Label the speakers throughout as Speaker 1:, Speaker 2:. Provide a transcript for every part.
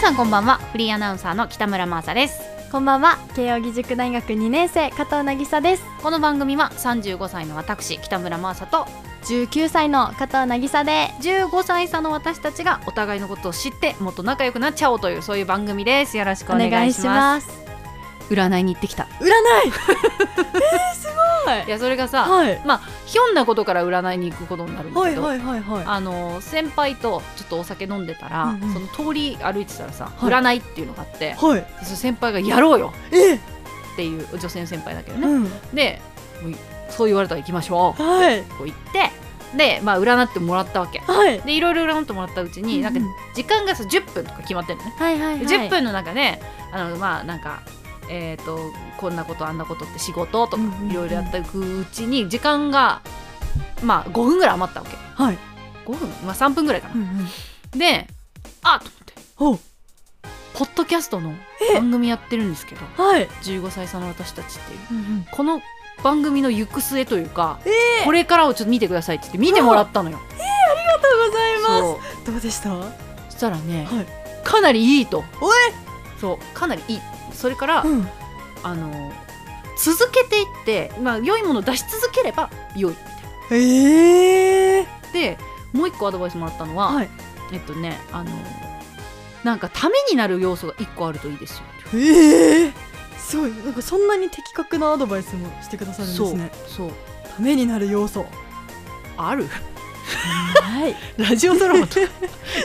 Speaker 1: さんこんばんはフリーアナウンサーの北村真麻です
Speaker 2: こんばんは慶應義塾大学2年生加藤渚です
Speaker 1: この番組は35歳の私北村真麻と
Speaker 2: 19歳の加藤渚で
Speaker 1: 15歳差の私たちがお互いのことを知ってもっと仲良くなっちゃおうというそういう番組ですよろしくお願いします
Speaker 2: す
Speaker 1: 占いに行ってきた
Speaker 2: 占いえー、すご
Speaker 1: い
Speaker 2: い
Speaker 1: やそれがさ、
Speaker 2: はい
Speaker 1: まあひょんなことから占いに行くことになるんだ
Speaker 2: は
Speaker 1: け
Speaker 2: い
Speaker 1: ど、
Speaker 2: はいはいは
Speaker 1: あの先輩とちょっとお酒飲んでたら、
Speaker 2: うんうん
Speaker 1: その通り歩いてたらさ、
Speaker 2: はい
Speaker 1: 占いっていうのがあって
Speaker 2: い、はい
Speaker 1: その先輩が「やろうよ!
Speaker 2: え」
Speaker 1: っていう女性の先輩だけどね、
Speaker 2: うん
Speaker 1: でもうそう言われたら行きましょ
Speaker 2: はいう
Speaker 1: こう言ってで、まあ、占ってもらったわけ
Speaker 2: はい
Speaker 1: でいろいろ占ってもらったうちに、なんか
Speaker 2: うんうん
Speaker 1: 時間がさ10分とか決まってるのね、
Speaker 2: はいはいはい
Speaker 1: で10分の中であのまあなんかえー、とこんなことあんなことって仕事とか
Speaker 2: うんうんうん
Speaker 1: いろいろやっていくうちに時間がまあ5分ぐらい余ったわけ
Speaker 2: はい
Speaker 1: 5分まあ3分ぐらいかな、
Speaker 2: うんうん
Speaker 1: であと思って
Speaker 2: ほう
Speaker 1: ポッドキャストの番組やってるんですけど
Speaker 2: はい
Speaker 1: 15歳差の私たちっていう
Speaker 2: うんうん
Speaker 1: この番組の行く末というか、
Speaker 2: え
Speaker 1: これからをちょっと見てくださいって言って見てもらったのよ。
Speaker 2: ありがとうござい
Speaker 1: そう
Speaker 2: ますどうでしたは
Speaker 1: そしたらね、
Speaker 2: い
Speaker 1: かなりいいと
Speaker 2: お
Speaker 1: そうかなりいいそれから、
Speaker 2: うん
Speaker 1: あの続けていって、まあ、良いものを出し続ければ良い
Speaker 2: ええ
Speaker 1: でもう一個アドバイスもらったのは、
Speaker 2: はい
Speaker 1: えっとねあのなんかためになる要素が一個あるといいですよ
Speaker 2: ええすごいなんかそんなに的確なアドバイスもしてくださるんですね
Speaker 1: そう
Speaker 2: ためになる要素
Speaker 1: あ る
Speaker 2: はい
Speaker 1: ラジオドラマと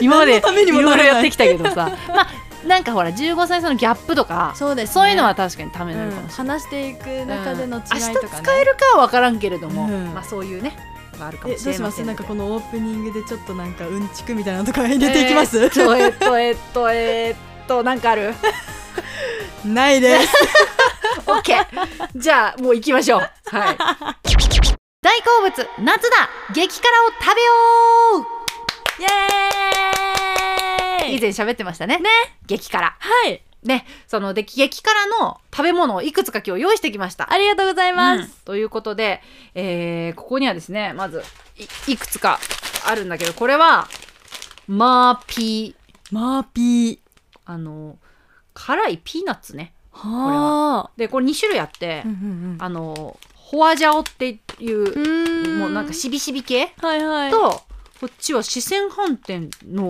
Speaker 1: 今までい
Speaker 2: 何のためにも
Speaker 1: ろ
Speaker 2: ないら
Speaker 1: ろ
Speaker 2: な
Speaker 1: や
Speaker 2: い
Speaker 1: ってきたけどさまあなんかほら15歳差のギャップとか
Speaker 2: そうです、ね、
Speaker 1: そういうのは確かにため
Speaker 2: う
Speaker 1: になるか
Speaker 2: ん
Speaker 1: もしれない、
Speaker 2: 話していく中
Speaker 1: うん
Speaker 2: での違いと
Speaker 1: 明
Speaker 2: か
Speaker 1: 日
Speaker 2: ね
Speaker 1: 使えるかは分からんけれども、
Speaker 2: うん
Speaker 1: まあそういうねまああるか
Speaker 2: え
Speaker 1: もし
Speaker 2: どう
Speaker 1: れ
Speaker 2: し
Speaker 1: ま
Speaker 2: ま
Speaker 1: せ
Speaker 2: す
Speaker 1: ん
Speaker 2: な
Speaker 1: の
Speaker 2: ん
Speaker 1: で
Speaker 2: かこのオープニングでちょっとなんかうんちくみたいなのとか入れてい きます、
Speaker 1: えーっとえーっとえーっとえーっとなんかある
Speaker 2: ないです
Speaker 1: オッケーじゃあもう行きましょう はい大好物夏だ激辛を食
Speaker 2: イエ
Speaker 1: べよう以
Speaker 2: ね
Speaker 1: 前喋ってましたねね激辛
Speaker 2: はい
Speaker 1: ねそので激辛の食べ物をいくつか今日用意してきました
Speaker 2: ありがとうございます、
Speaker 1: うんということで、えーここにはですねまずいいくつかあるんだけどこれはマーピー
Speaker 2: マーピー
Speaker 1: あの辛いピーナッツね
Speaker 2: はあ
Speaker 1: でこれ2種類あって、
Speaker 2: うんうん
Speaker 1: あのホワジャオっていう、
Speaker 2: うん
Speaker 1: もうなんかしびしび系
Speaker 2: はいはい
Speaker 1: とこっちは四川飯店の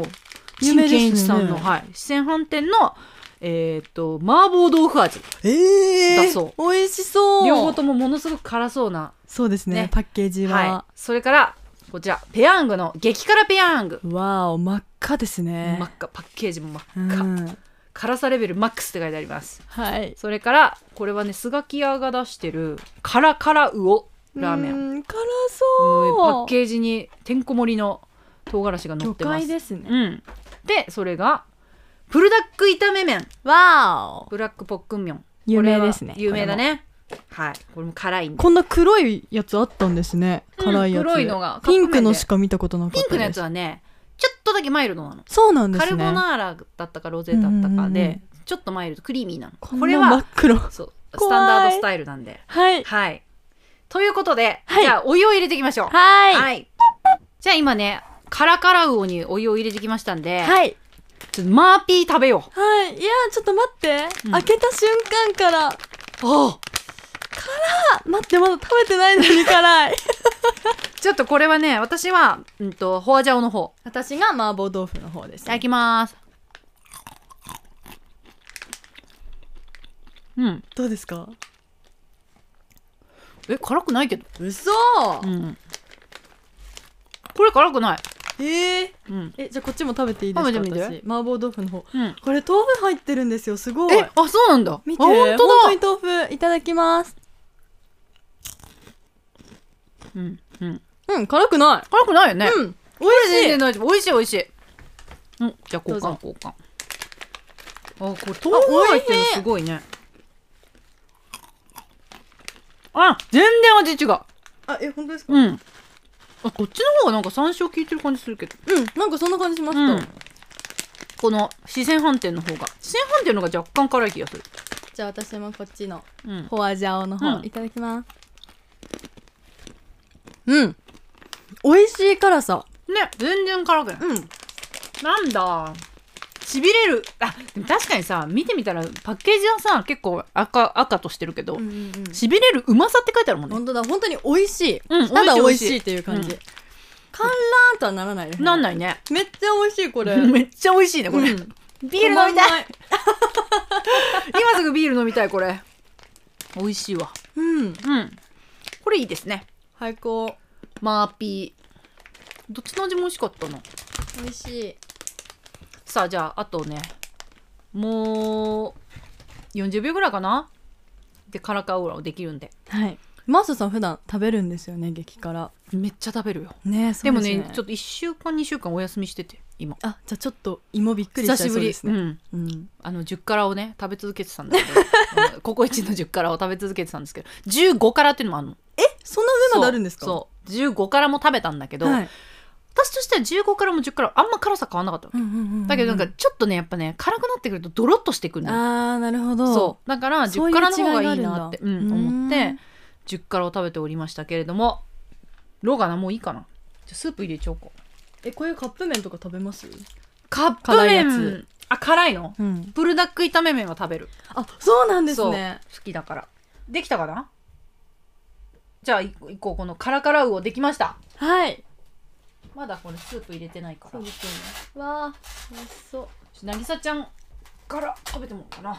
Speaker 2: 有
Speaker 1: 陳
Speaker 2: 名ですね
Speaker 1: 建一さんの、はい、四川飯店のえっと麻婆豆腐味
Speaker 2: ええ
Speaker 1: だそう
Speaker 2: 美味しそう
Speaker 1: 両方ともものすごく辛そうな
Speaker 2: そうですね
Speaker 1: ね
Speaker 2: パッケージは、
Speaker 1: はい、それからこちらペヤングの激辛ペヤング
Speaker 2: わお真っ赤ですね
Speaker 1: 真っ赤パッケージも
Speaker 2: う
Speaker 1: 真っ赤、
Speaker 2: ん、
Speaker 1: 辛さレベルマックスって書いてあります
Speaker 2: はい
Speaker 1: それからこれはねスガキ屋が出してる辛辛魚ラーメンも
Speaker 2: ン辛
Speaker 1: うパ
Speaker 2: そ
Speaker 1: ッ
Speaker 2: う
Speaker 1: ケージにてんこ盛りの唐辛子が乗
Speaker 2: 魚
Speaker 1: ってます
Speaker 2: 介ですね
Speaker 1: うん、でそれがプルダック炒め麺
Speaker 2: わお
Speaker 1: ブラックポックンミョン
Speaker 2: 有名ですね
Speaker 1: これは有名だねはいこれも辛いんで
Speaker 2: こんな黒いやつあったんですね
Speaker 1: うん
Speaker 2: 辛いやつ、
Speaker 1: 黒いのが
Speaker 2: ピンクのしか見たことなか
Speaker 1: ピ
Speaker 2: っ
Speaker 1: ン
Speaker 2: た
Speaker 1: クのやつ
Speaker 2: は
Speaker 1: はねちょっとだけマイルドなの
Speaker 2: そうなんです
Speaker 1: カ
Speaker 2: ね
Speaker 1: ルボナーラだったかロゼだった
Speaker 2: うんうんう
Speaker 1: か
Speaker 2: ん
Speaker 1: でちょっとマイルドクリーミーなの
Speaker 2: こ
Speaker 1: こ
Speaker 2: れ
Speaker 1: れ
Speaker 2: は真
Speaker 1: は
Speaker 2: っ黒
Speaker 1: そうス
Speaker 2: 怖い
Speaker 1: タンダードスタイルなんで
Speaker 2: はい
Speaker 1: はいということで、
Speaker 2: はい
Speaker 1: じゃあお湯を入れていきましょう
Speaker 2: はい
Speaker 1: はいじゃあ今ねカラカラ魚にお湯を入れてきましたんで、
Speaker 2: はい、
Speaker 1: ちょっとマーピー食べよう
Speaker 2: はい、いやちょっと待って、
Speaker 1: うん
Speaker 2: 開けた瞬間からあ
Speaker 1: あ
Speaker 2: 待ってまだ食べてないのに 辛い
Speaker 1: ちょっとこれはね私は、うん、とホアジャオの方
Speaker 2: 私が麻婆豆腐の方で
Speaker 1: い
Speaker 2: す
Speaker 1: ただきますうん
Speaker 2: どうですか
Speaker 1: え辛くないけど、
Speaker 2: 嘘
Speaker 1: うん、これ辛くない
Speaker 2: えー、
Speaker 1: うん、
Speaker 2: えじゃあこっちも食べていいですか
Speaker 1: 食べてみて
Speaker 2: 私麻婆豆腐の方
Speaker 1: うん、
Speaker 2: これ豆腐入ってるんですよすごい
Speaker 1: えあそうなんだ
Speaker 2: 見て
Speaker 1: あ本当だ
Speaker 2: 本当に豆腐いただきます
Speaker 1: うんうん
Speaker 2: うん辛くな
Speaker 1: 辛くないよ
Speaker 2: い、
Speaker 1: ね、
Speaker 2: うん美味しい
Speaker 1: 全然大丈夫美味しい美味しいうんじゃあ交
Speaker 2: どう
Speaker 1: 換
Speaker 2: ぞ
Speaker 1: 交換あこれ豆腐入ってる
Speaker 2: あ美味
Speaker 1: の
Speaker 2: しい
Speaker 1: すごいねあ全然味違う
Speaker 2: あえ本当ですか
Speaker 1: うんあこっちの方がなんか山椒効いてる感じするけど
Speaker 2: うんなんかそんな感じしました、
Speaker 1: うんこの四川飯店の方が四川飯店の方が若干辛い気がする
Speaker 2: じゃあ私もこっちの
Speaker 1: うん
Speaker 2: ホアジャオの方、
Speaker 1: うん
Speaker 2: いただきますうん美味しい辛さ
Speaker 1: ね全然辛くない
Speaker 2: うん
Speaker 1: なんだしびれるあでも確かにさ見てみたらパッケージはさ結構赤赤としてるけど、
Speaker 2: うんうんうん
Speaker 1: しびれるうまさって書いてあるもんね
Speaker 2: 本当だ本当に美味しい、
Speaker 1: うん
Speaker 2: ただ美
Speaker 1: 美
Speaker 2: 味
Speaker 1: 味
Speaker 2: し
Speaker 1: し
Speaker 2: い
Speaker 1: い
Speaker 2: っていう感じ、
Speaker 1: うん
Speaker 2: 観覧とはならないですね
Speaker 1: なんないね
Speaker 2: めっちゃ美味しいこれ
Speaker 1: めっちゃ美味しいねこれ、
Speaker 2: うん
Speaker 1: ビール飲みたい今すぐビール飲みたいこれ美味しいわ
Speaker 2: うん
Speaker 1: うんこれいいですね
Speaker 2: 最高
Speaker 1: マーピーどっちの味も美味しかったな
Speaker 2: 美味しい
Speaker 1: さあじゃああとねもう40秒ぐらいかなでカラカウーラをできるんで
Speaker 2: はいマーサさん普段食べるんですよね激辛
Speaker 1: めっちゃ食べるよ
Speaker 2: ね
Speaker 1: でもねちょっ
Speaker 2: っと
Speaker 1: と1週間2週間お休みしてて今
Speaker 2: あじゃあちょっと芋びっくりし
Speaker 1: 久
Speaker 2: ちゃ
Speaker 1: し
Speaker 2: いそ
Speaker 1: ぶ
Speaker 2: う
Speaker 1: り
Speaker 2: ですね
Speaker 1: うん、
Speaker 2: うん、
Speaker 1: あの10辛をね食べ続けてたんだけどあ のココイチの10辛を食べ続けてたんですけど15辛っていうのもあるの
Speaker 2: そんな上まであるんですか
Speaker 1: そうそう15辛も食べたんだけど、
Speaker 2: はい
Speaker 1: 私としては15辛も10辛あんま辛さ変わんなかったわけ
Speaker 2: うんうんうんうん
Speaker 1: だけどなんかちょっとねやっぱね辛くなってくるとドロッとしてくるのよ
Speaker 2: あーなるほど
Speaker 1: そうだから
Speaker 2: そうい
Speaker 1: 10
Speaker 2: う
Speaker 1: 辛の方がいいなって
Speaker 2: 違いがあるん
Speaker 1: うん
Speaker 2: だ
Speaker 1: 思っ
Speaker 2: うー
Speaker 1: て
Speaker 2: ん
Speaker 1: 10辛を食べておりましたけれどもロガナもういいかなじゃあスープ入れちゃおうか
Speaker 2: えこういうカップ麺とか食べます
Speaker 1: カップ
Speaker 2: 辛いや
Speaker 1: 麺
Speaker 2: つ
Speaker 1: あ辛いの
Speaker 2: うん
Speaker 1: ブルダック炒め麺は食べる
Speaker 2: あそうなんです
Speaker 1: そう
Speaker 2: ね
Speaker 1: 好きだからできたかなじゃあいいこうこのカラカラウオできました
Speaker 2: はい
Speaker 1: まだこれスープ入れてないから
Speaker 2: ですよねわあ美味しそう
Speaker 1: なぎさちゃんから食べてもらおうかな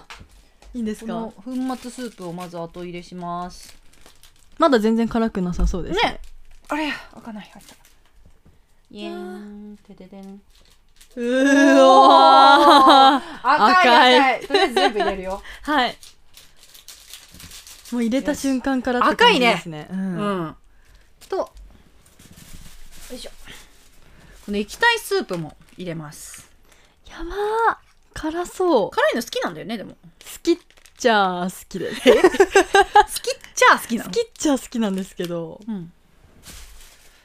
Speaker 1: い
Speaker 2: いんです
Speaker 1: こ
Speaker 2: か
Speaker 1: の粉末スープをまず後入れします
Speaker 2: まだ全然辛くなさそうです
Speaker 1: ねあれ開かない開いたイエーンてててん
Speaker 2: う
Speaker 1: お
Speaker 2: わー
Speaker 1: 赤い赤いとりあえず全部入れるよ
Speaker 2: はいもう入れた瞬間から
Speaker 1: よし
Speaker 2: って感じですねう
Speaker 1: うんんとよいしょこの液体スープも入れます
Speaker 2: やばー辛そう好
Speaker 1: 辛いの好きなんだよねでも
Speaker 2: きっちゃ好きです
Speaker 1: 好きっちゃ好きな
Speaker 2: 好
Speaker 1: の
Speaker 2: きっちゃ好きなんですけど
Speaker 1: うん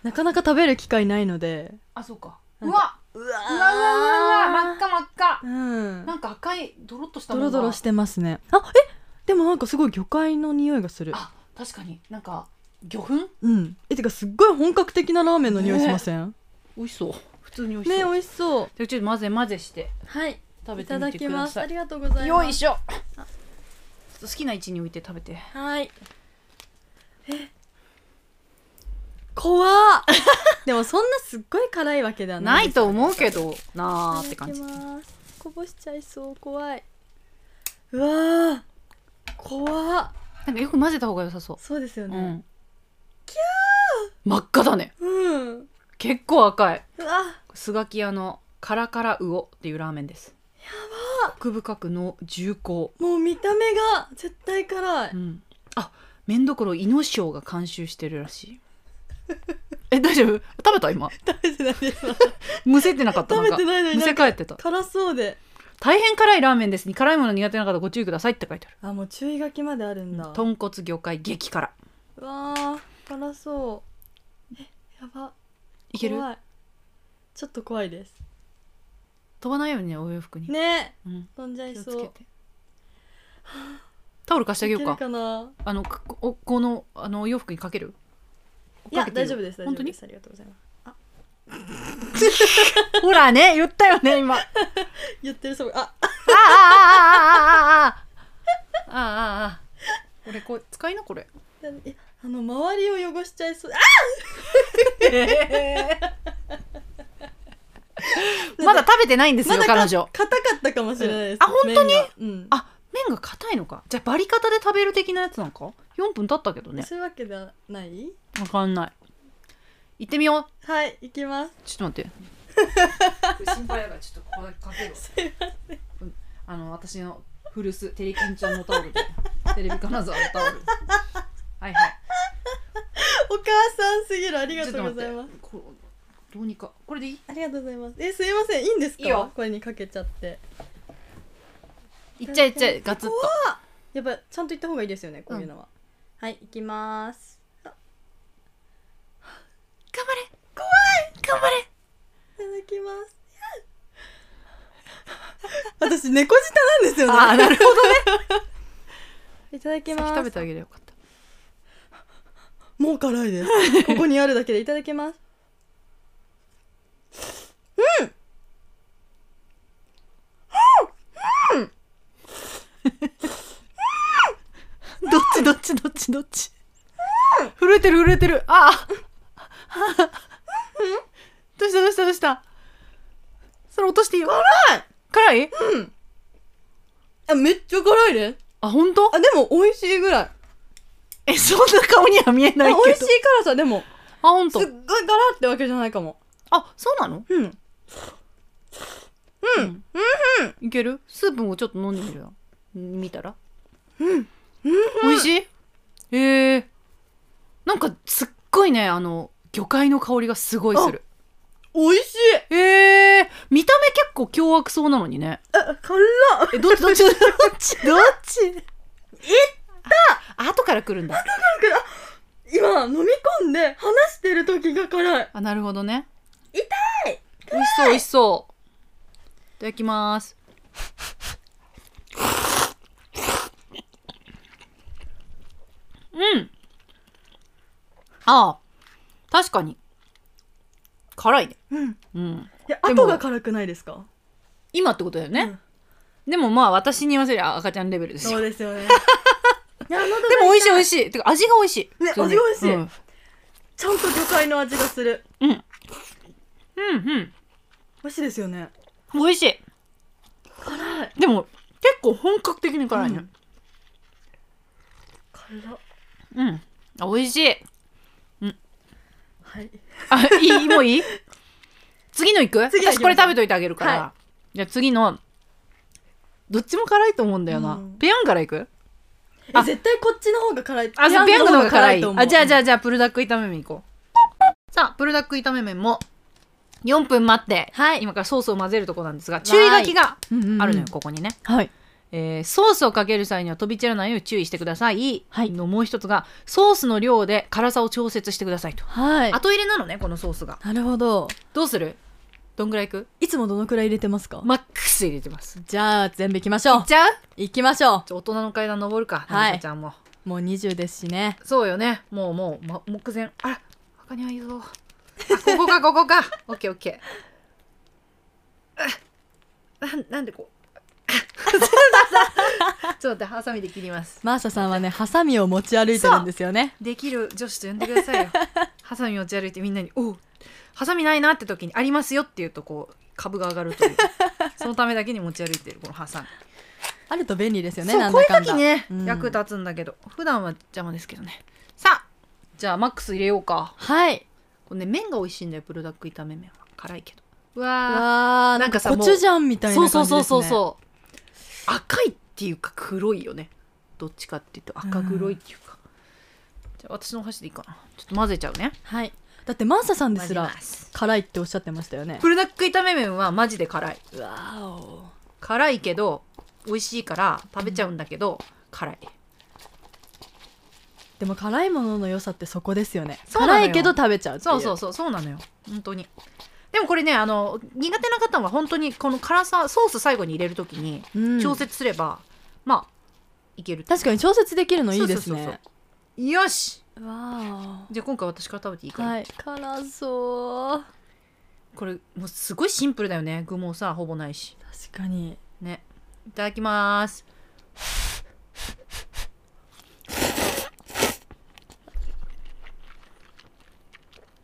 Speaker 2: なかなか食べる機会ないので
Speaker 1: あそうか
Speaker 2: なん
Speaker 1: う
Speaker 2: か
Speaker 1: わ
Speaker 2: うわうわ
Speaker 1: うわうわうわうわ真っ赤真っ赤
Speaker 2: うん
Speaker 1: なんか赤いドロッとした
Speaker 2: ド
Speaker 1: も
Speaker 2: ロ
Speaker 1: のが
Speaker 2: ドロしてますねあえでもなんかすごい魚介の匂いがする
Speaker 1: あ確かになんか魚粉
Speaker 2: うんえてかすっごい本格的なラーメンの匂いしません
Speaker 1: 美味しそう普通に美味し
Speaker 2: ね
Speaker 1: そう、
Speaker 2: 美味しそう
Speaker 1: でちょっと混ぜ混ぜして
Speaker 2: はい
Speaker 1: 食べ
Speaker 2: い
Speaker 1: て
Speaker 2: た
Speaker 1: み
Speaker 2: だ
Speaker 1: て
Speaker 2: き
Speaker 1: く
Speaker 2: ま
Speaker 1: だ
Speaker 2: す
Speaker 1: さ
Speaker 2: あ
Speaker 1: い
Speaker 2: りがとうございます
Speaker 1: よいしょちょっと好きな位置に置いて食べて
Speaker 2: はい。怖っ でもそんなすっごい辛いわけでは
Speaker 1: な
Speaker 2: ないい。
Speaker 1: と思うけどなあって
Speaker 2: いた
Speaker 1: 感
Speaker 2: だき
Speaker 1: じ
Speaker 2: ます。こぼしちゃいそう怖い。うわー怖っ
Speaker 1: なんかよく混ぜた方が良さそう、
Speaker 2: そうですよ
Speaker 1: う
Speaker 2: ね。
Speaker 1: ん真っ赤だね
Speaker 2: うん。う
Speaker 1: 結構赤い
Speaker 2: わ
Speaker 1: スガキ屋のカラカラ魚っていうラーメンですやば奥深くの重厚
Speaker 2: もう見た目が絶対辛い。
Speaker 1: うんあ麺どころイノシショウが監修してるらしい え大丈夫食べた今
Speaker 2: 食べてないです。
Speaker 1: むせってなかったなん
Speaker 2: 食べ
Speaker 1: か
Speaker 2: てないのに
Speaker 1: む
Speaker 2: な
Speaker 1: せ
Speaker 2: んか
Speaker 1: 返ってた
Speaker 2: 辛そうで。
Speaker 1: 大変辛いラーメンですに辛いもの苦手な方ご注意くださいって書いてある
Speaker 2: あもう注意書きまであるんだ。
Speaker 1: 豚骨魚介激辛
Speaker 2: うわー辛そう。えやば。
Speaker 1: いける
Speaker 2: 怖いちょっと怖いです。
Speaker 1: 飛ばないようにねお洋服に、
Speaker 2: ね
Speaker 1: うん、
Speaker 2: 飛んじゃい
Speaker 1: 気を
Speaker 2: そ
Speaker 1: つけ
Speaker 2: う。
Speaker 1: てタオル貸してあげようか
Speaker 2: いけるな
Speaker 1: あのくおこのあのお洋服にかける
Speaker 2: いや
Speaker 1: かけていい
Speaker 2: 大
Speaker 1: よ
Speaker 2: 丈夫です大丈
Speaker 1: 本
Speaker 2: 夫
Speaker 1: 当
Speaker 2: で
Speaker 1: に
Speaker 2: すありがとうございます
Speaker 1: ほらね言ったよね今あ
Speaker 2: 言ってるそぶあ
Speaker 1: ああああああああああこれこう使いなこれ
Speaker 2: なえあの周りを汚しちゃいそうあ
Speaker 1: まだ食べてないんですよ
Speaker 2: まだか
Speaker 1: 彼女
Speaker 2: 硬かったかもしれないです
Speaker 1: あ本
Speaker 2: 当にうん
Speaker 1: あ麺が硬いのかじゃあバリ方で食べる的なやつなんか4分経ったけどね
Speaker 2: そういうわけではない
Speaker 1: わかんない行ってみよう
Speaker 2: はい行きます
Speaker 1: ちょっと待って心配だからちょっとここだけかける
Speaker 2: すいません
Speaker 1: あの私の古巣テレキンちゃんのタオルでテレビ金沢のタオルはいはい
Speaker 2: お母さんすぎるありがとうございます
Speaker 1: ちょっと待ってこうどうにかこれでいい
Speaker 2: ありがとうございますえすいませんいいんですか
Speaker 1: いいよ
Speaker 2: これにかけちゃって
Speaker 1: いっちゃえいっちゃえガツッと
Speaker 2: やっぱちゃんと言った方がいいですよねこういうのは、はい行きますあ
Speaker 1: 頑張れ怖い頑張れ
Speaker 2: いただきます 私猫舌なんですよね
Speaker 1: ああなるほど
Speaker 2: いただき
Speaker 1: 先
Speaker 2: ます
Speaker 1: 食べてあげればよかった
Speaker 2: もう辛いです。 ここにあるだけでいただけます。うん。どっちどっちどっち
Speaker 1: 震えてる震えてるああ どうしたどうしたどうしたそれ落としていい辛
Speaker 2: い
Speaker 1: 辛い
Speaker 2: あめっちゃ辛いね
Speaker 1: あ本当
Speaker 2: あでも美味しいぐらい
Speaker 1: えそんな顔には見え
Speaker 2: あ
Speaker 1: な
Speaker 2: 美
Speaker 1: いけど
Speaker 2: 味しい辛さでも
Speaker 1: あ本
Speaker 2: す
Speaker 1: 当
Speaker 2: っごい辛ってわけじゃないかも
Speaker 1: あそうなの
Speaker 2: うん
Speaker 1: うんうんいけるスープもちょっと飲んでみるよ見たらうん美味しいえー、なんかすっごいねあの魚介の香りがすごいする
Speaker 2: 美味しい
Speaker 1: えー、見た目結構凶悪そうなのにね
Speaker 2: あ辛っ
Speaker 1: えどっちどっち どっち
Speaker 2: どっち
Speaker 1: 後から来るんだ
Speaker 2: 今飲み込んで話してる時が辛い
Speaker 1: あなるほどね
Speaker 2: 痛い
Speaker 1: 美味しそう美味しそういただきますうんああ確かに辛いね
Speaker 2: うんい
Speaker 1: うん
Speaker 2: や
Speaker 1: でも
Speaker 2: 後が辛くないですか
Speaker 1: 今ってことだよね、でもまあ私に言わせりゃ赤ちゃんレベルです
Speaker 2: そ
Speaker 1: よ
Speaker 2: うです よね
Speaker 1: で
Speaker 2: で
Speaker 1: も美味しい美
Speaker 2: し
Speaker 1: 味
Speaker 2: い
Speaker 1: しいてか味が美味しい普通
Speaker 2: ね
Speaker 1: に
Speaker 2: 味が美味しい
Speaker 1: うん
Speaker 2: ちゃんと魚介の味がする
Speaker 1: うんうん
Speaker 2: 美味しいですよね
Speaker 1: 美味しい
Speaker 2: 辛い
Speaker 1: でも結構本格的に辛いね
Speaker 2: うん辛っ
Speaker 1: うん、あ美味しい
Speaker 2: はい
Speaker 1: あいいもういい次の行く
Speaker 2: 次行きます
Speaker 1: 私これ食べといてあげるから、
Speaker 2: は
Speaker 1: じゃあ次のどっちも辛いと思うんだよな、
Speaker 2: うん
Speaker 1: ペヤングから行くあ
Speaker 2: え絶対こっちの方が辛い
Speaker 1: あそうペヤングの方が辛い
Speaker 2: と思う
Speaker 1: あじゃあじゃあじゃあプルダック炒め麺行こうさあプルダック炒め麺も4分待って、
Speaker 2: はい
Speaker 1: 今からソースを混ぜるとこなんですが注意書きが
Speaker 2: うんうんうん
Speaker 1: あるのよ、ここにね
Speaker 2: はい
Speaker 1: えーソースをかける際には飛び散らないよう注意してください、
Speaker 2: はい
Speaker 1: のもう一つがソースの量で辛さを調節してくださいと
Speaker 2: はい
Speaker 1: 後入れなのねこのソースが
Speaker 2: なるほど
Speaker 1: どうするどんぐらいいく
Speaker 2: いつもどのくらい入れてますか、
Speaker 1: マックス入れてます
Speaker 2: じゃあ全部いきましょう
Speaker 1: じゃあ
Speaker 2: いきましょ
Speaker 1: ちょ大人の階段登るか
Speaker 2: はい
Speaker 1: なみかちゃんも
Speaker 2: うもう20ですしね
Speaker 1: そうよねもうもう、ま、目前あら他にはいるぞあここか ここかオッケーオッケーあなんなんでこ うちょっと待ってハサミで切ります
Speaker 2: マーシャさんはねハサミを持ち歩いてるんですよね
Speaker 1: できる女子と呼んでくださいよハサミ持ち歩いてみんなに「おうハサミないな」って時に「ありますよ」っていうとこう株が上がるというそのためだけに持ち歩いてるこのハサミ
Speaker 2: あると便利ですよね
Speaker 1: そう
Speaker 2: なん
Speaker 1: こうい
Speaker 2: だ
Speaker 1: う
Speaker 2: かんだ
Speaker 1: 時ね、
Speaker 2: うん
Speaker 1: 役立つんだけど普段は邪魔ですけどねさあじゃあマックス入れようか
Speaker 2: はい
Speaker 1: これね麺が美味しいんだよプルダック炒め麺は辛いけどう
Speaker 2: う
Speaker 1: わ
Speaker 2: わー
Speaker 1: な
Speaker 2: なん
Speaker 1: か
Speaker 2: んか
Speaker 1: さ
Speaker 2: さコチュジャンみた
Speaker 1: ー
Speaker 2: いな
Speaker 1: そ
Speaker 2: 感
Speaker 1: う
Speaker 2: じです
Speaker 1: そうそう
Speaker 2: ね
Speaker 1: そうそう赤いっていうか黒いよねどっちかっていうと赤黒いっていうか、じゃあ私のお箸でいいかなちょっと混ぜちゃうね
Speaker 2: はいだってマーシャさんで
Speaker 1: 混
Speaker 2: す
Speaker 1: ぜ
Speaker 2: ら
Speaker 1: ます
Speaker 2: 辛いっておっしゃってましたよね
Speaker 1: プルダック炒め麺はマジで辛いう
Speaker 2: わお
Speaker 1: 辛いけど美味しいから食べちゃうんだけど、辛い
Speaker 2: でも辛いものの良さってそこですよね
Speaker 1: そうなのよ
Speaker 2: 辛いけど食べちゃうってい
Speaker 1: そうそうそうそうなのよ本当にでもこれねあの苦手な方は本当にこの辛さソース最後に入れるときに
Speaker 2: うん
Speaker 1: 調節すれば、まあいける
Speaker 2: 確かに調節できるのいいです
Speaker 1: そうそう
Speaker 2: ね
Speaker 1: よし
Speaker 2: わ
Speaker 1: じゃあ今回私から食べていい
Speaker 2: お
Speaker 1: から、
Speaker 2: はい辛そう
Speaker 1: これもうすごいシンプルだよね具もさほぼないし
Speaker 2: 確かに
Speaker 1: ねいただきます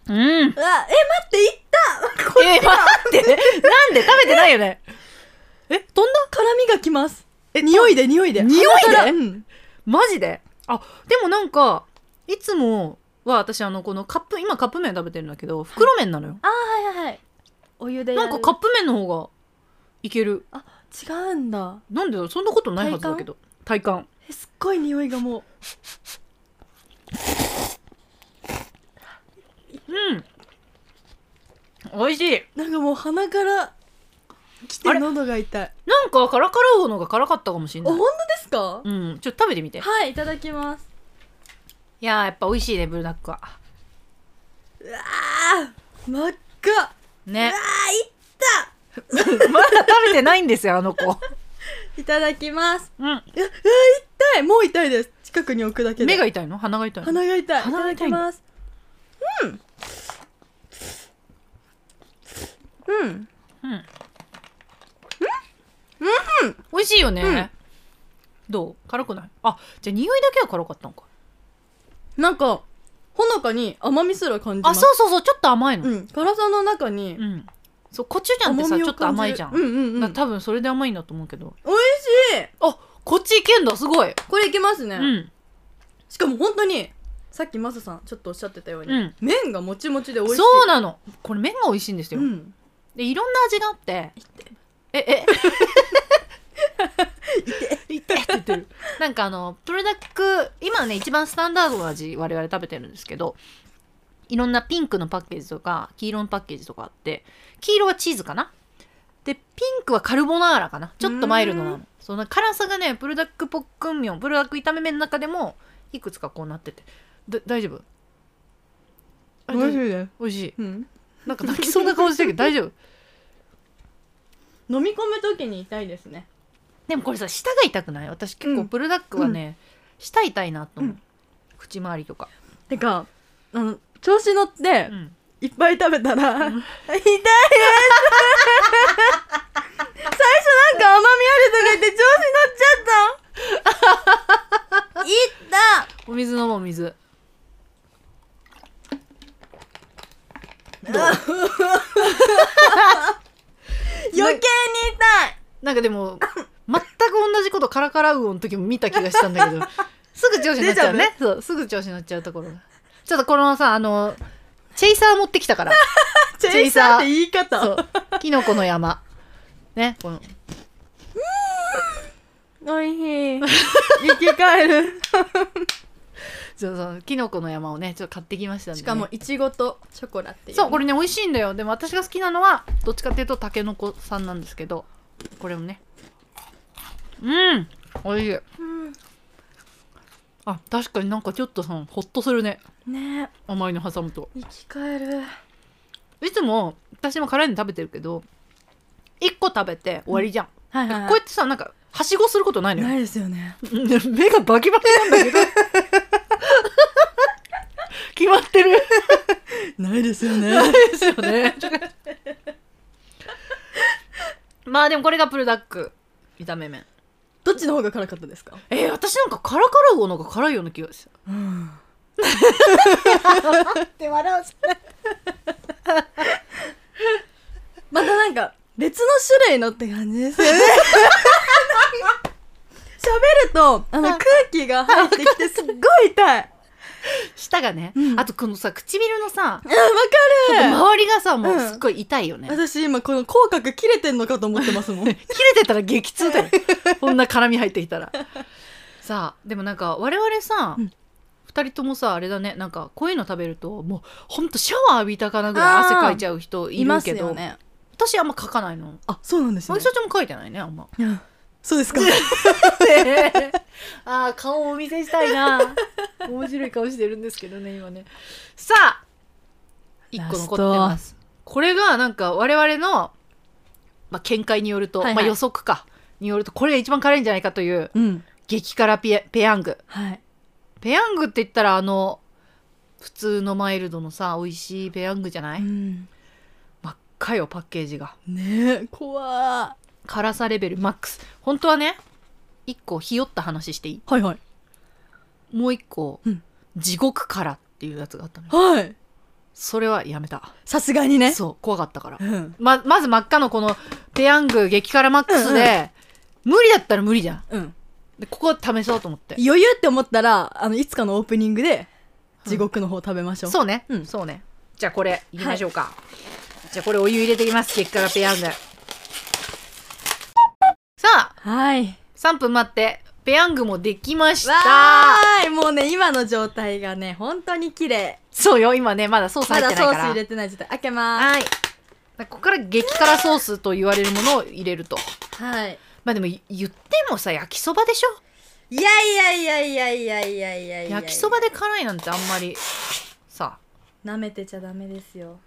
Speaker 1: うん
Speaker 2: うわえ待っていったこ
Speaker 1: えー、待って、なんで食べてないよね。え、飛んだ
Speaker 2: 辛みがきますえ匂いで匂いで
Speaker 1: 匂いで
Speaker 2: 鼻からうん
Speaker 1: マジであ、でもなんか、いつもは私、あの、このカップ、今カップ麺食べてるんだけど、袋麺なのよ。
Speaker 2: あーはいはいはいお湯でや
Speaker 1: な
Speaker 2: る
Speaker 1: んかカップ麺の方がいける。
Speaker 2: 違うんだ
Speaker 1: なんでだろうそんなことないはずだけど。体感。
Speaker 2: えすっごい匂いがもう
Speaker 1: うん。美味しい。
Speaker 2: なんかもう鼻から来
Speaker 1: あ
Speaker 2: て
Speaker 1: れ
Speaker 2: 喉が痛い
Speaker 1: なんか、カラカラウオの方が辛かったかもしれ
Speaker 2: お
Speaker 1: な
Speaker 2: 本
Speaker 1: い。
Speaker 2: 当ですか
Speaker 1: うん、ちょっと食べてみて。い
Speaker 2: はいいただきます
Speaker 1: やー、やっぱ美味しいね、ブルダックは。
Speaker 2: あー真っ赤
Speaker 1: ね。
Speaker 2: いった
Speaker 1: まだ食べてないんですよ、あの子。
Speaker 2: いただきます
Speaker 1: うん。
Speaker 2: うわうわ痛いもう痛いです近くに置くだけで
Speaker 1: 目が痛いの鼻が痛いの
Speaker 2: 鼻が痛い
Speaker 1: 鼻が痛い
Speaker 2: いただきますうんうん
Speaker 1: うん。美味しいよね。どう辛くないあじゃあ匂いだけは辛かったのか
Speaker 2: なんかほのかに甘みすら感じま
Speaker 1: あ
Speaker 2: す
Speaker 1: そうそうそうちょっと甘いの、
Speaker 2: うん、辛さの中に
Speaker 1: うんそうコチュジャンってさ
Speaker 2: 甘み
Speaker 1: ちょ
Speaker 2: を
Speaker 1: っと
Speaker 2: 感じ
Speaker 1: 甘い
Speaker 2: る
Speaker 1: じゃん、
Speaker 2: うんうんう
Speaker 1: だ
Speaker 2: ん、
Speaker 1: 多分それで甘いんだと思うけど
Speaker 2: 美味しい
Speaker 1: あこっちいけんだすごい、
Speaker 2: これいけますね、
Speaker 1: うん
Speaker 2: しかも本当にさっきマサさんちょっとおっしゃってたように、
Speaker 1: うん
Speaker 2: 麺がもちもちで美味しい
Speaker 1: そうなのこれ麺が美味しいんですよ、
Speaker 2: うん
Speaker 1: でいろんな味があってええいてって言 ってるなんかあのプロダック今ね一番スタンダードな味我々食べてるんですけどいろんなピンクのパッケージとか黄色のパッケージとかあって黄色はチーズかなでピンクはカルボナーラかなちょっとマイルドな
Speaker 2: う
Speaker 1: のその辛さがねプロダックポックンミョンプロダック炒め麺の中でもいくつかこうなっててだ大丈夫あ
Speaker 2: 美味しいね、
Speaker 1: 美味しい
Speaker 2: うん、
Speaker 1: なんか泣きそうな顔 してるけど大丈夫
Speaker 2: 飲み込む時に痛いですね
Speaker 1: でもこれさ舌が痛くない私結
Speaker 2: う
Speaker 1: 構
Speaker 2: ん
Speaker 1: プルダックはね、舌痛いなと思う、
Speaker 2: うん
Speaker 1: 口周りとか、
Speaker 2: てかあの調子乗って
Speaker 1: うん
Speaker 2: いっぱい食べたら、
Speaker 1: うん
Speaker 2: 痛いです 最初なんか甘みあるとか言って調子乗 っちゃったいった
Speaker 1: お水飲もう水
Speaker 2: 余計に
Speaker 1: なんかでも 全く同じことカラカラウオの時も見た気がしたんだ けどすぐ調子になっちゃうねそうすぐ調子になっちゃうところがちょっとこのさあのチェイサー持ってきたから
Speaker 2: 痛いチェイサーって言い方
Speaker 1: そうキノコの山ねこの
Speaker 2: おいしい生き返る
Speaker 1: そうそうキノコの山をねちょっと買ってきましたんで、ね、
Speaker 2: しかもいちごとチョコラっていう
Speaker 1: そうこれね美味しいんだよでも私が好きなのはどっちかっていうとたけのこさんなんですけどこれもねうん美味しい
Speaker 2: うん
Speaker 1: あ確かになんかちょっとさほっとするね
Speaker 2: ね
Speaker 1: 甘いの挟むと
Speaker 2: え生き返る
Speaker 1: いつも私も辛いの食べてるけど1個食べて終わりじゃん、
Speaker 2: はい
Speaker 1: こうやってさなんかはしごすることないのよ
Speaker 2: ないですよね
Speaker 1: 目がバキバキなんだけ ど決まってる
Speaker 2: ないですよね
Speaker 1: ですよね。まあでもこれがプルダック炒め麺。
Speaker 2: どっちの方が辛かったですか
Speaker 1: えー、私なんかカラカラ魚の方が辛いような気がする。
Speaker 2: うん
Speaker 1: で笑う。
Speaker 2: またなんか別の種類のって感じですよ ね喋るとあの空気が入ってきてすっごい痛い
Speaker 1: 舌がね、
Speaker 2: うん
Speaker 1: あとこのさ唇のさ、
Speaker 2: うんわかる
Speaker 1: 周りがさもううんすっごい痛いよね。切
Speaker 2: 私今この口角切れてんのかと思ってま すもん
Speaker 1: れてたら激痛だよ。こんな辛み入ってきたら。さあでもなんか我々さ。
Speaker 2: うん
Speaker 1: 二人ともさあれだねなんかこういうの食べるともうほんとシャワー浴びたかなぐらい汗かいちゃう人い
Speaker 2: い
Speaker 1: る
Speaker 2: ま
Speaker 1: け
Speaker 2: す
Speaker 1: ど
Speaker 2: よね
Speaker 1: 私あんまかかないの
Speaker 2: あそうなんです
Speaker 1: ま
Speaker 2: ね
Speaker 1: ゆさちゃんも書いてないねあんま
Speaker 2: うんそうですか
Speaker 1: ああ顔をお見せしたいな面白い顔してるんですけどね今ねさあ一個残ってますこれがなんか我々の、まあ、見解によると、
Speaker 2: はいはい
Speaker 1: まあ、予測かによるとこれが一番辛いんじゃないかという
Speaker 2: うん
Speaker 1: 激辛ペペヤング
Speaker 2: はい
Speaker 1: ペヤングって言ったらあの普通のマイルドのさ美味しいペヤングじゃない、
Speaker 2: うん
Speaker 1: 真っ赤よパッケージが
Speaker 2: ねえ怖
Speaker 1: 辛さレベルマックス本当はね一個ひよった話していい
Speaker 2: ーはいはい
Speaker 1: もう一個、
Speaker 2: うん
Speaker 1: 地獄からっていうやつがあったのよ
Speaker 2: はい
Speaker 1: それはやめた
Speaker 2: さすがにね
Speaker 1: そう怖かったから
Speaker 2: うん
Speaker 1: ままず真っ赤のこのペヤング激辛マックスで、無理だったら無理じゃん
Speaker 2: うん
Speaker 1: でここは試そうと思って
Speaker 2: 余裕って思ったらあのいつかのオープニングで地獄の方食べましょう、
Speaker 1: そうね、
Speaker 2: うん
Speaker 1: そうねじゃあこれいきましょうか、じゃあこれお湯入れていきます激辛ペヤングさあ
Speaker 2: はい
Speaker 1: 3分待ってペヤングもできまし
Speaker 2: わ
Speaker 1: た
Speaker 2: ーいもうね今の状態がね本当に綺麗
Speaker 1: そうよ今ねまだソース
Speaker 2: ま
Speaker 1: 入っ
Speaker 2: だ
Speaker 1: てない
Speaker 2: ソ
Speaker 1: か
Speaker 2: ース
Speaker 1: ら
Speaker 2: 入れてない状態開けま
Speaker 1: はいここから激辛ソースと言われるものを入れると
Speaker 2: すはい
Speaker 1: まあでもい言ってもさ焼きそばでしょ
Speaker 2: いやいやいやいやいやいやいやいや
Speaker 1: 焼きそばで辛いなんてあんまりさ
Speaker 2: なめてちゃダメですよ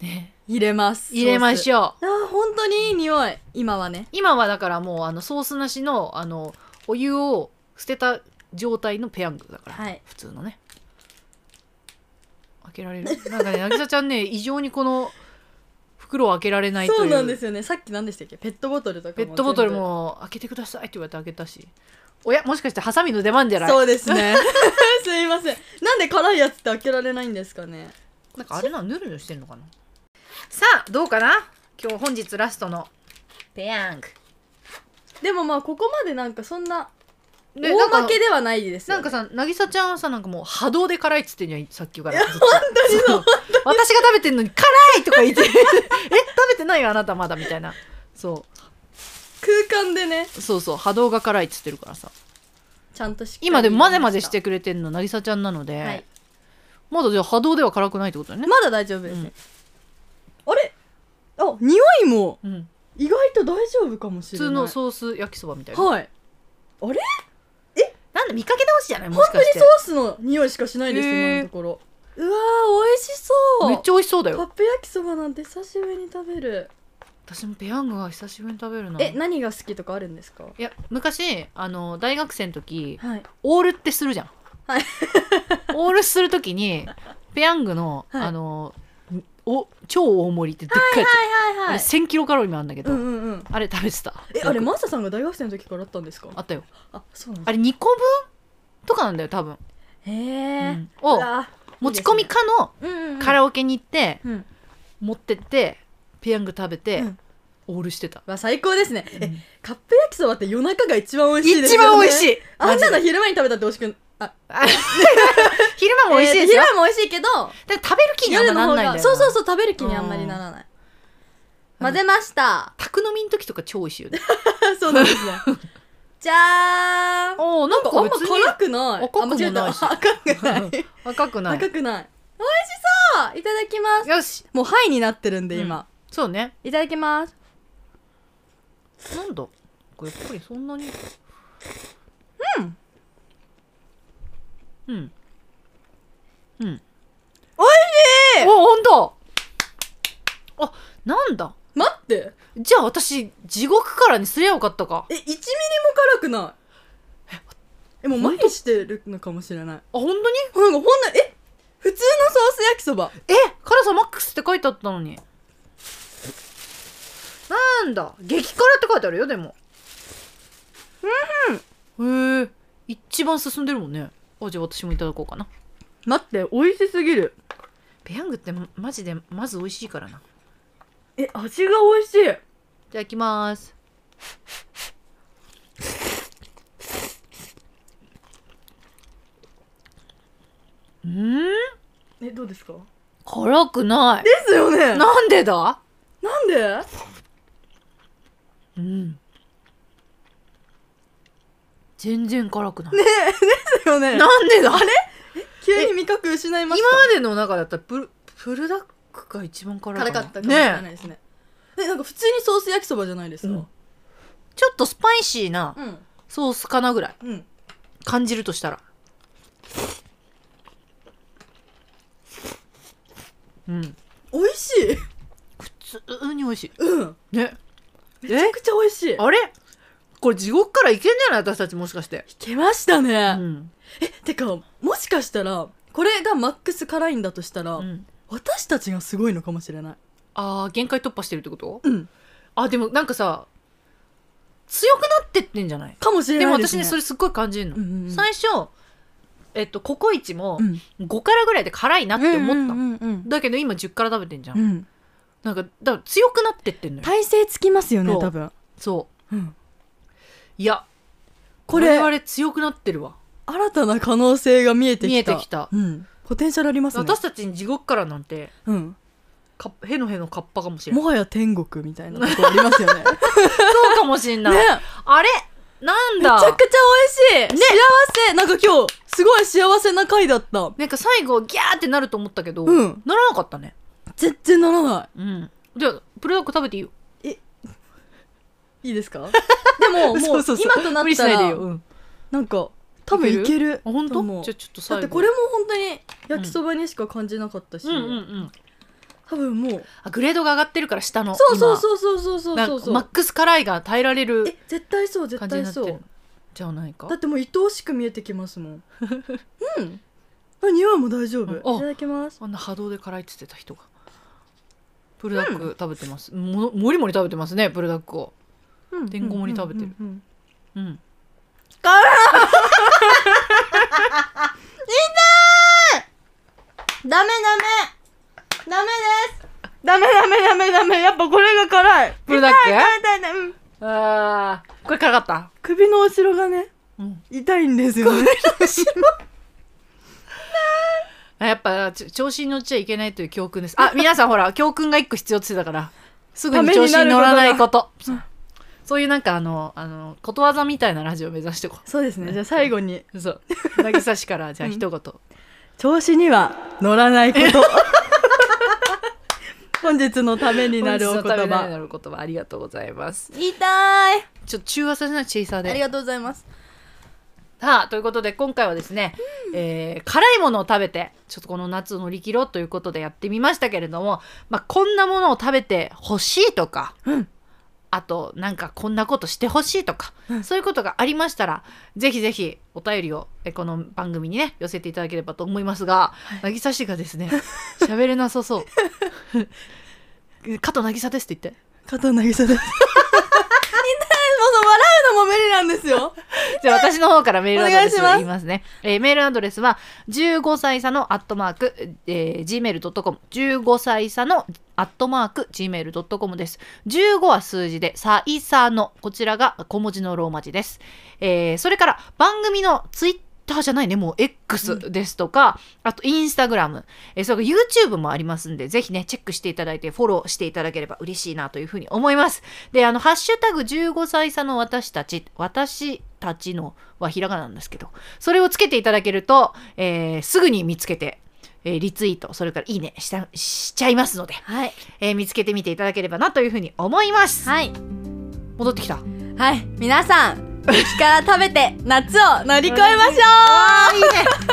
Speaker 1: ね
Speaker 2: 入れます
Speaker 1: 入れまし
Speaker 2: ょ
Speaker 1: ょう
Speaker 2: うあー本当にいい匂い今はね
Speaker 1: 今はだからもうあのソースなしのあのお湯を捨てた状態のペヤングだから、
Speaker 2: はい
Speaker 1: 普通のね開けられるなんかね渚ちゃんね 異常にこの袋を開けられないという
Speaker 2: そうなんですよねさっき何でしたっけペットボトルとかも
Speaker 1: ペットボトルも開けてくださいって言われて開けたしおやもしかしてハサミの出番じゃない
Speaker 2: そうですね すいませんなんで辛いやつって開けられないんですかね
Speaker 1: なんかあれなぬるぬるしてんのかなさあどうかな今日本日ラストのペヤング
Speaker 2: でもまあここまでなんかそんな
Speaker 1: ね
Speaker 2: 大
Speaker 1: なん
Speaker 2: 負
Speaker 1: か
Speaker 2: けではないですよ
Speaker 1: なん
Speaker 2: ね
Speaker 1: かさ渚ちゃんはさなんかもう波動で辛いっつってんじゃんさっきからずっと
Speaker 2: 当にそう
Speaker 1: そう私が食べてんのに辛いとか言ってえ食べてないよあなたまだみたいなそ
Speaker 2: 空間でね
Speaker 1: うそうそう波動が辛いっつってるからさ
Speaker 2: ちゃんとしっかり
Speaker 1: 今でも混ぜ混ぜし
Speaker 2: 言
Speaker 1: て
Speaker 2: い
Speaker 1: くれてんの渚ちゃんなので、
Speaker 2: ましたはい
Speaker 1: まだじゃあ波動では辛くないってことだね、
Speaker 2: まだ大丈夫です、ねあれあ匂いも
Speaker 1: うんうん
Speaker 2: 意外と大丈夫かもし
Speaker 1: 普通
Speaker 2: れない
Speaker 1: のソース焼きそばみたいな
Speaker 2: はい
Speaker 1: なんで見かけ倒しじゃないも
Speaker 2: 本
Speaker 1: し
Speaker 2: 当
Speaker 1: か
Speaker 2: に
Speaker 1: して
Speaker 2: ソースの匂いしかしないです
Speaker 1: へ
Speaker 2: 今
Speaker 1: ー
Speaker 2: のところうわー美味しそう
Speaker 1: めっちゃ美味しそうだ
Speaker 2: カッ
Speaker 1: よ
Speaker 2: プ焼きそばなんて久しぶりに食べる
Speaker 1: 私もペヤングが久しぶりに食べるな
Speaker 2: え何が好きとかあるんですか
Speaker 1: いや昔あの大学生の時
Speaker 2: はい
Speaker 1: オールってするじゃん、
Speaker 2: はい
Speaker 1: オールする時にペヤングの、
Speaker 2: はい
Speaker 1: あのお超大盛りってでっかいやつ、
Speaker 2: はいはい
Speaker 1: あれ1000キロカロリーもあるんだけ
Speaker 2: う
Speaker 1: ど、
Speaker 2: んうんうん
Speaker 1: あれ食べてた
Speaker 2: え
Speaker 1: よく
Speaker 2: あれマサさんが大学生の時からあったんですか
Speaker 1: あったよ
Speaker 2: あそうなん
Speaker 1: あ
Speaker 2: だ
Speaker 1: れ2個分とかなんだよ多分、
Speaker 2: へ
Speaker 1: う
Speaker 2: え
Speaker 1: んを持ち込み可の
Speaker 2: うん
Speaker 1: カラオケに行って、
Speaker 2: うん
Speaker 1: 持ってってペヤング食べて、
Speaker 2: うん
Speaker 1: オールしてた、
Speaker 2: わ最高ですね
Speaker 1: う
Speaker 2: え
Speaker 1: ん
Speaker 2: カップ焼きそばって夜中が一番美味しいです
Speaker 1: 一
Speaker 2: よね
Speaker 1: 番美味しい
Speaker 2: あんなの
Speaker 1: マジで
Speaker 2: 昼間に食べたって美味しくあ
Speaker 1: あ昼間も美味しいですよ
Speaker 2: えー、昼間も美味しいけど
Speaker 1: だから食べる気にはあ
Speaker 2: 夜
Speaker 1: んま
Speaker 2: の
Speaker 1: な
Speaker 2: 方
Speaker 1: んないんだよ
Speaker 2: が
Speaker 1: な
Speaker 2: そうそうそう食べる気にあんまりならない
Speaker 1: うん
Speaker 2: 混ぜました
Speaker 1: 宅飲みの時とか超美味しいよね
Speaker 2: そうなんですね じゃーん
Speaker 1: おおなんか
Speaker 2: あんま
Speaker 1: 別に
Speaker 2: 辛くない
Speaker 1: 赤くもないし
Speaker 2: あ間違え た赤くない
Speaker 1: 赤くない
Speaker 2: 赤くない美味しそういただきます
Speaker 1: よし
Speaker 2: もうハイになってるんで今、
Speaker 1: そうね
Speaker 2: いただきます
Speaker 1: なんだこれやっぱりそんなに
Speaker 2: うん
Speaker 1: うんうん
Speaker 2: 美味し
Speaker 1: お
Speaker 2: い
Speaker 1: ほんとあなんだ
Speaker 2: 待って
Speaker 1: じゃあ私地獄からにすりゃよかったか
Speaker 2: え1ミリも辛くないえもう麻痺してるのかもしれない
Speaker 1: あ本当に
Speaker 2: なんかほんなえ普通のソース焼きそば
Speaker 1: え辛さマックスって書いてあったのになんだ激辛って書いてあるよでもうんへえ一番進んでるもんねあじゃあ私もいただこうかな
Speaker 2: 待って美味しすぎる
Speaker 1: ペヤングってまマジでまず美味しいからな
Speaker 2: え味が美味しい
Speaker 1: じゃあいきますうん
Speaker 2: えどうですか
Speaker 1: 辛くない
Speaker 2: ですよねな
Speaker 1: なんでだ
Speaker 2: んで
Speaker 1: うん全然辛くない、
Speaker 2: ですよね
Speaker 1: なんでだあれ
Speaker 2: 急に味覚失いま
Speaker 1: 今ま
Speaker 2: した
Speaker 1: での中だったらプルプルダックが一番辛い
Speaker 2: 辛
Speaker 1: な
Speaker 2: かったかもしれないですねえなんか普通にソース焼きそばじゃないですか
Speaker 1: うんちょっとスパイシーな
Speaker 2: うん
Speaker 1: ソースかなぐらい
Speaker 2: うん
Speaker 1: 感じるとしたらうん
Speaker 2: 美味しい
Speaker 1: 普通に美味し
Speaker 2: うん
Speaker 1: いね
Speaker 2: めちゃくちゃ美味しい
Speaker 1: あれこれ地獄からいけんじゃない私たちもしかして
Speaker 2: いけましたね、
Speaker 1: うん、
Speaker 2: てかもしかしたらこれがマックス辛いんだとしたら、
Speaker 1: うん、
Speaker 2: 私たちがすごいのかもしれない
Speaker 1: あー限界突破してるってこと
Speaker 2: うん
Speaker 1: あでもなんかさ強くなってってんじゃない
Speaker 2: かもしれ
Speaker 1: でも
Speaker 2: ない
Speaker 1: 私
Speaker 2: す
Speaker 1: ねそれすっごい感じるの、
Speaker 2: うんうんうん
Speaker 1: 最初えっとココイチも
Speaker 2: うん
Speaker 1: 5からぐらいで辛いなって思った、
Speaker 2: うんうんうん
Speaker 1: だけど今10から食べてんじゃん、
Speaker 2: うん
Speaker 1: なんかだから強くなってってんのよ
Speaker 2: 体勢つきますよね
Speaker 1: そう
Speaker 2: 多分、
Speaker 1: そう
Speaker 2: うん、
Speaker 1: いや
Speaker 2: これ
Speaker 1: 我々強くなってるわ
Speaker 2: 新たな可能性が見えてきた
Speaker 1: 見えてきた
Speaker 2: うん、ポテンシャルありますね
Speaker 1: 私たちに地獄からなんて
Speaker 2: うん、
Speaker 1: かへのへのカッパかもしれない
Speaker 2: もはや天国みたいなとこありますよねね
Speaker 1: そうかもしれ ない、あれなん
Speaker 2: めち
Speaker 1: だ
Speaker 2: ゃくちゃ美味しい、幸せなんか今日すごい幸せな回だった
Speaker 1: なんか最後ギャーってなると思ったけど、
Speaker 2: うん
Speaker 1: ならなかったね
Speaker 2: 全然ならな
Speaker 1: うんじゃあプルダック食べていいよ
Speaker 2: いいいで すかでももう
Speaker 1: そうそうそう
Speaker 2: 今とな
Speaker 1: 無理
Speaker 2: っ
Speaker 1: したない
Speaker 2: ら
Speaker 1: でよ、うん、
Speaker 2: なんか多分いける
Speaker 1: あ本
Speaker 2: と思
Speaker 1: 当
Speaker 2: う
Speaker 1: じゃあちょっと
Speaker 2: だっ
Speaker 1: 最後
Speaker 2: てこれも本当に焼きそばにしか感じなかったし、
Speaker 1: うんうんうん
Speaker 2: 多分もう
Speaker 1: あグレードが上がってるから下の
Speaker 2: そうそう
Speaker 1: う
Speaker 2: そうそうそうそうそう
Speaker 1: マックス辛いが耐えられ
Speaker 2: え
Speaker 1: る
Speaker 2: 絶対そう絶
Speaker 1: 感じに
Speaker 2: 対
Speaker 1: なって
Speaker 2: そ
Speaker 1: る
Speaker 2: う
Speaker 1: じゃないか
Speaker 2: だってもう愛おしく見えてきます もんうんあ匂いも大丈夫
Speaker 1: あ
Speaker 2: いただきます
Speaker 1: あんな波動で辛いって言ってた人がプルダック食べてます、ももりもり食べてますねプルダックをてんこ盛り食べてる
Speaker 2: うんうんうんうん
Speaker 1: うん
Speaker 2: 辛ダメダメダメですダメダメダメダメやっぱこれが辛い
Speaker 1: これだっけ
Speaker 2: 痛い痛い痛い、うん、
Speaker 1: あーこれ辛かっ
Speaker 2: 首のお後ろがね、
Speaker 1: うん
Speaker 2: 痛いんですよね
Speaker 1: たやっぱち調子に乗っちゃいけないという教訓ですあ皆さんほ ら教訓が一個必要って言ってたからすぐに調子に乗らないことそうそういうなんかあのあのことわざみたいなラジオを目指してこ
Speaker 2: そうですねじゃあ最後に
Speaker 1: うそう渚氏からじゃあ一言、
Speaker 2: 調子には乗らないこと 本日のためになるお言
Speaker 1: 本日のためにな
Speaker 2: 葉
Speaker 1: るお言葉ありがとうございます
Speaker 2: 痛い
Speaker 1: ちょっと中和させないチェイサーで
Speaker 2: ありがとうございます
Speaker 1: さあということで今回はですね、えー辛いものを食べてちょっとこの夏を乗り切ろうということでやってみましたけれども、まあ、こんなものを食べてほしいとか、あとなんかこんなことしてほしいとか、そういうことがありましたらぜひぜひお便りをえこの番組にね寄せていただければと思いますが、渚氏がですね喋れなさ そう。加藤渚ですって言って。
Speaker 2: 加藤渚です痛いもうそう笑うのも無理なんですよ
Speaker 1: じゃあ私の方からメールアドレス
Speaker 2: お
Speaker 1: を
Speaker 2: 願いします
Speaker 1: 言いますね。えーメールアドレスは15歳差のアットマーク、えー、gmail.com 15歳差のアットマーク gmail.com です。15は数字で、さいさの、こちらが小文字のローマ字です。えーそれから番組のツイッターじゃないねもう X ですとか、あとインスタグラム、えーそれから YouTube もありますんでぜひねチェックしていただいてフォローしていただければ嬉しいなというふうに思いますであの「ハッシュタグ #15 歳差の私たち」私たちのはひらがななんですけどそれをつけていただけると、えーすぐに見つけて、えーリツイートそれから「いいねした」しちゃいますので、
Speaker 2: はい
Speaker 1: えー見つけてみていただければなというふうに思います、
Speaker 2: はい
Speaker 1: 戻ってきた
Speaker 2: はい皆さん口から食べて夏を乗り越えましょう
Speaker 1: いいねさ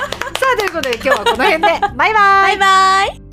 Speaker 1: あということで今日はこの辺でバイバイ
Speaker 2: バイバイ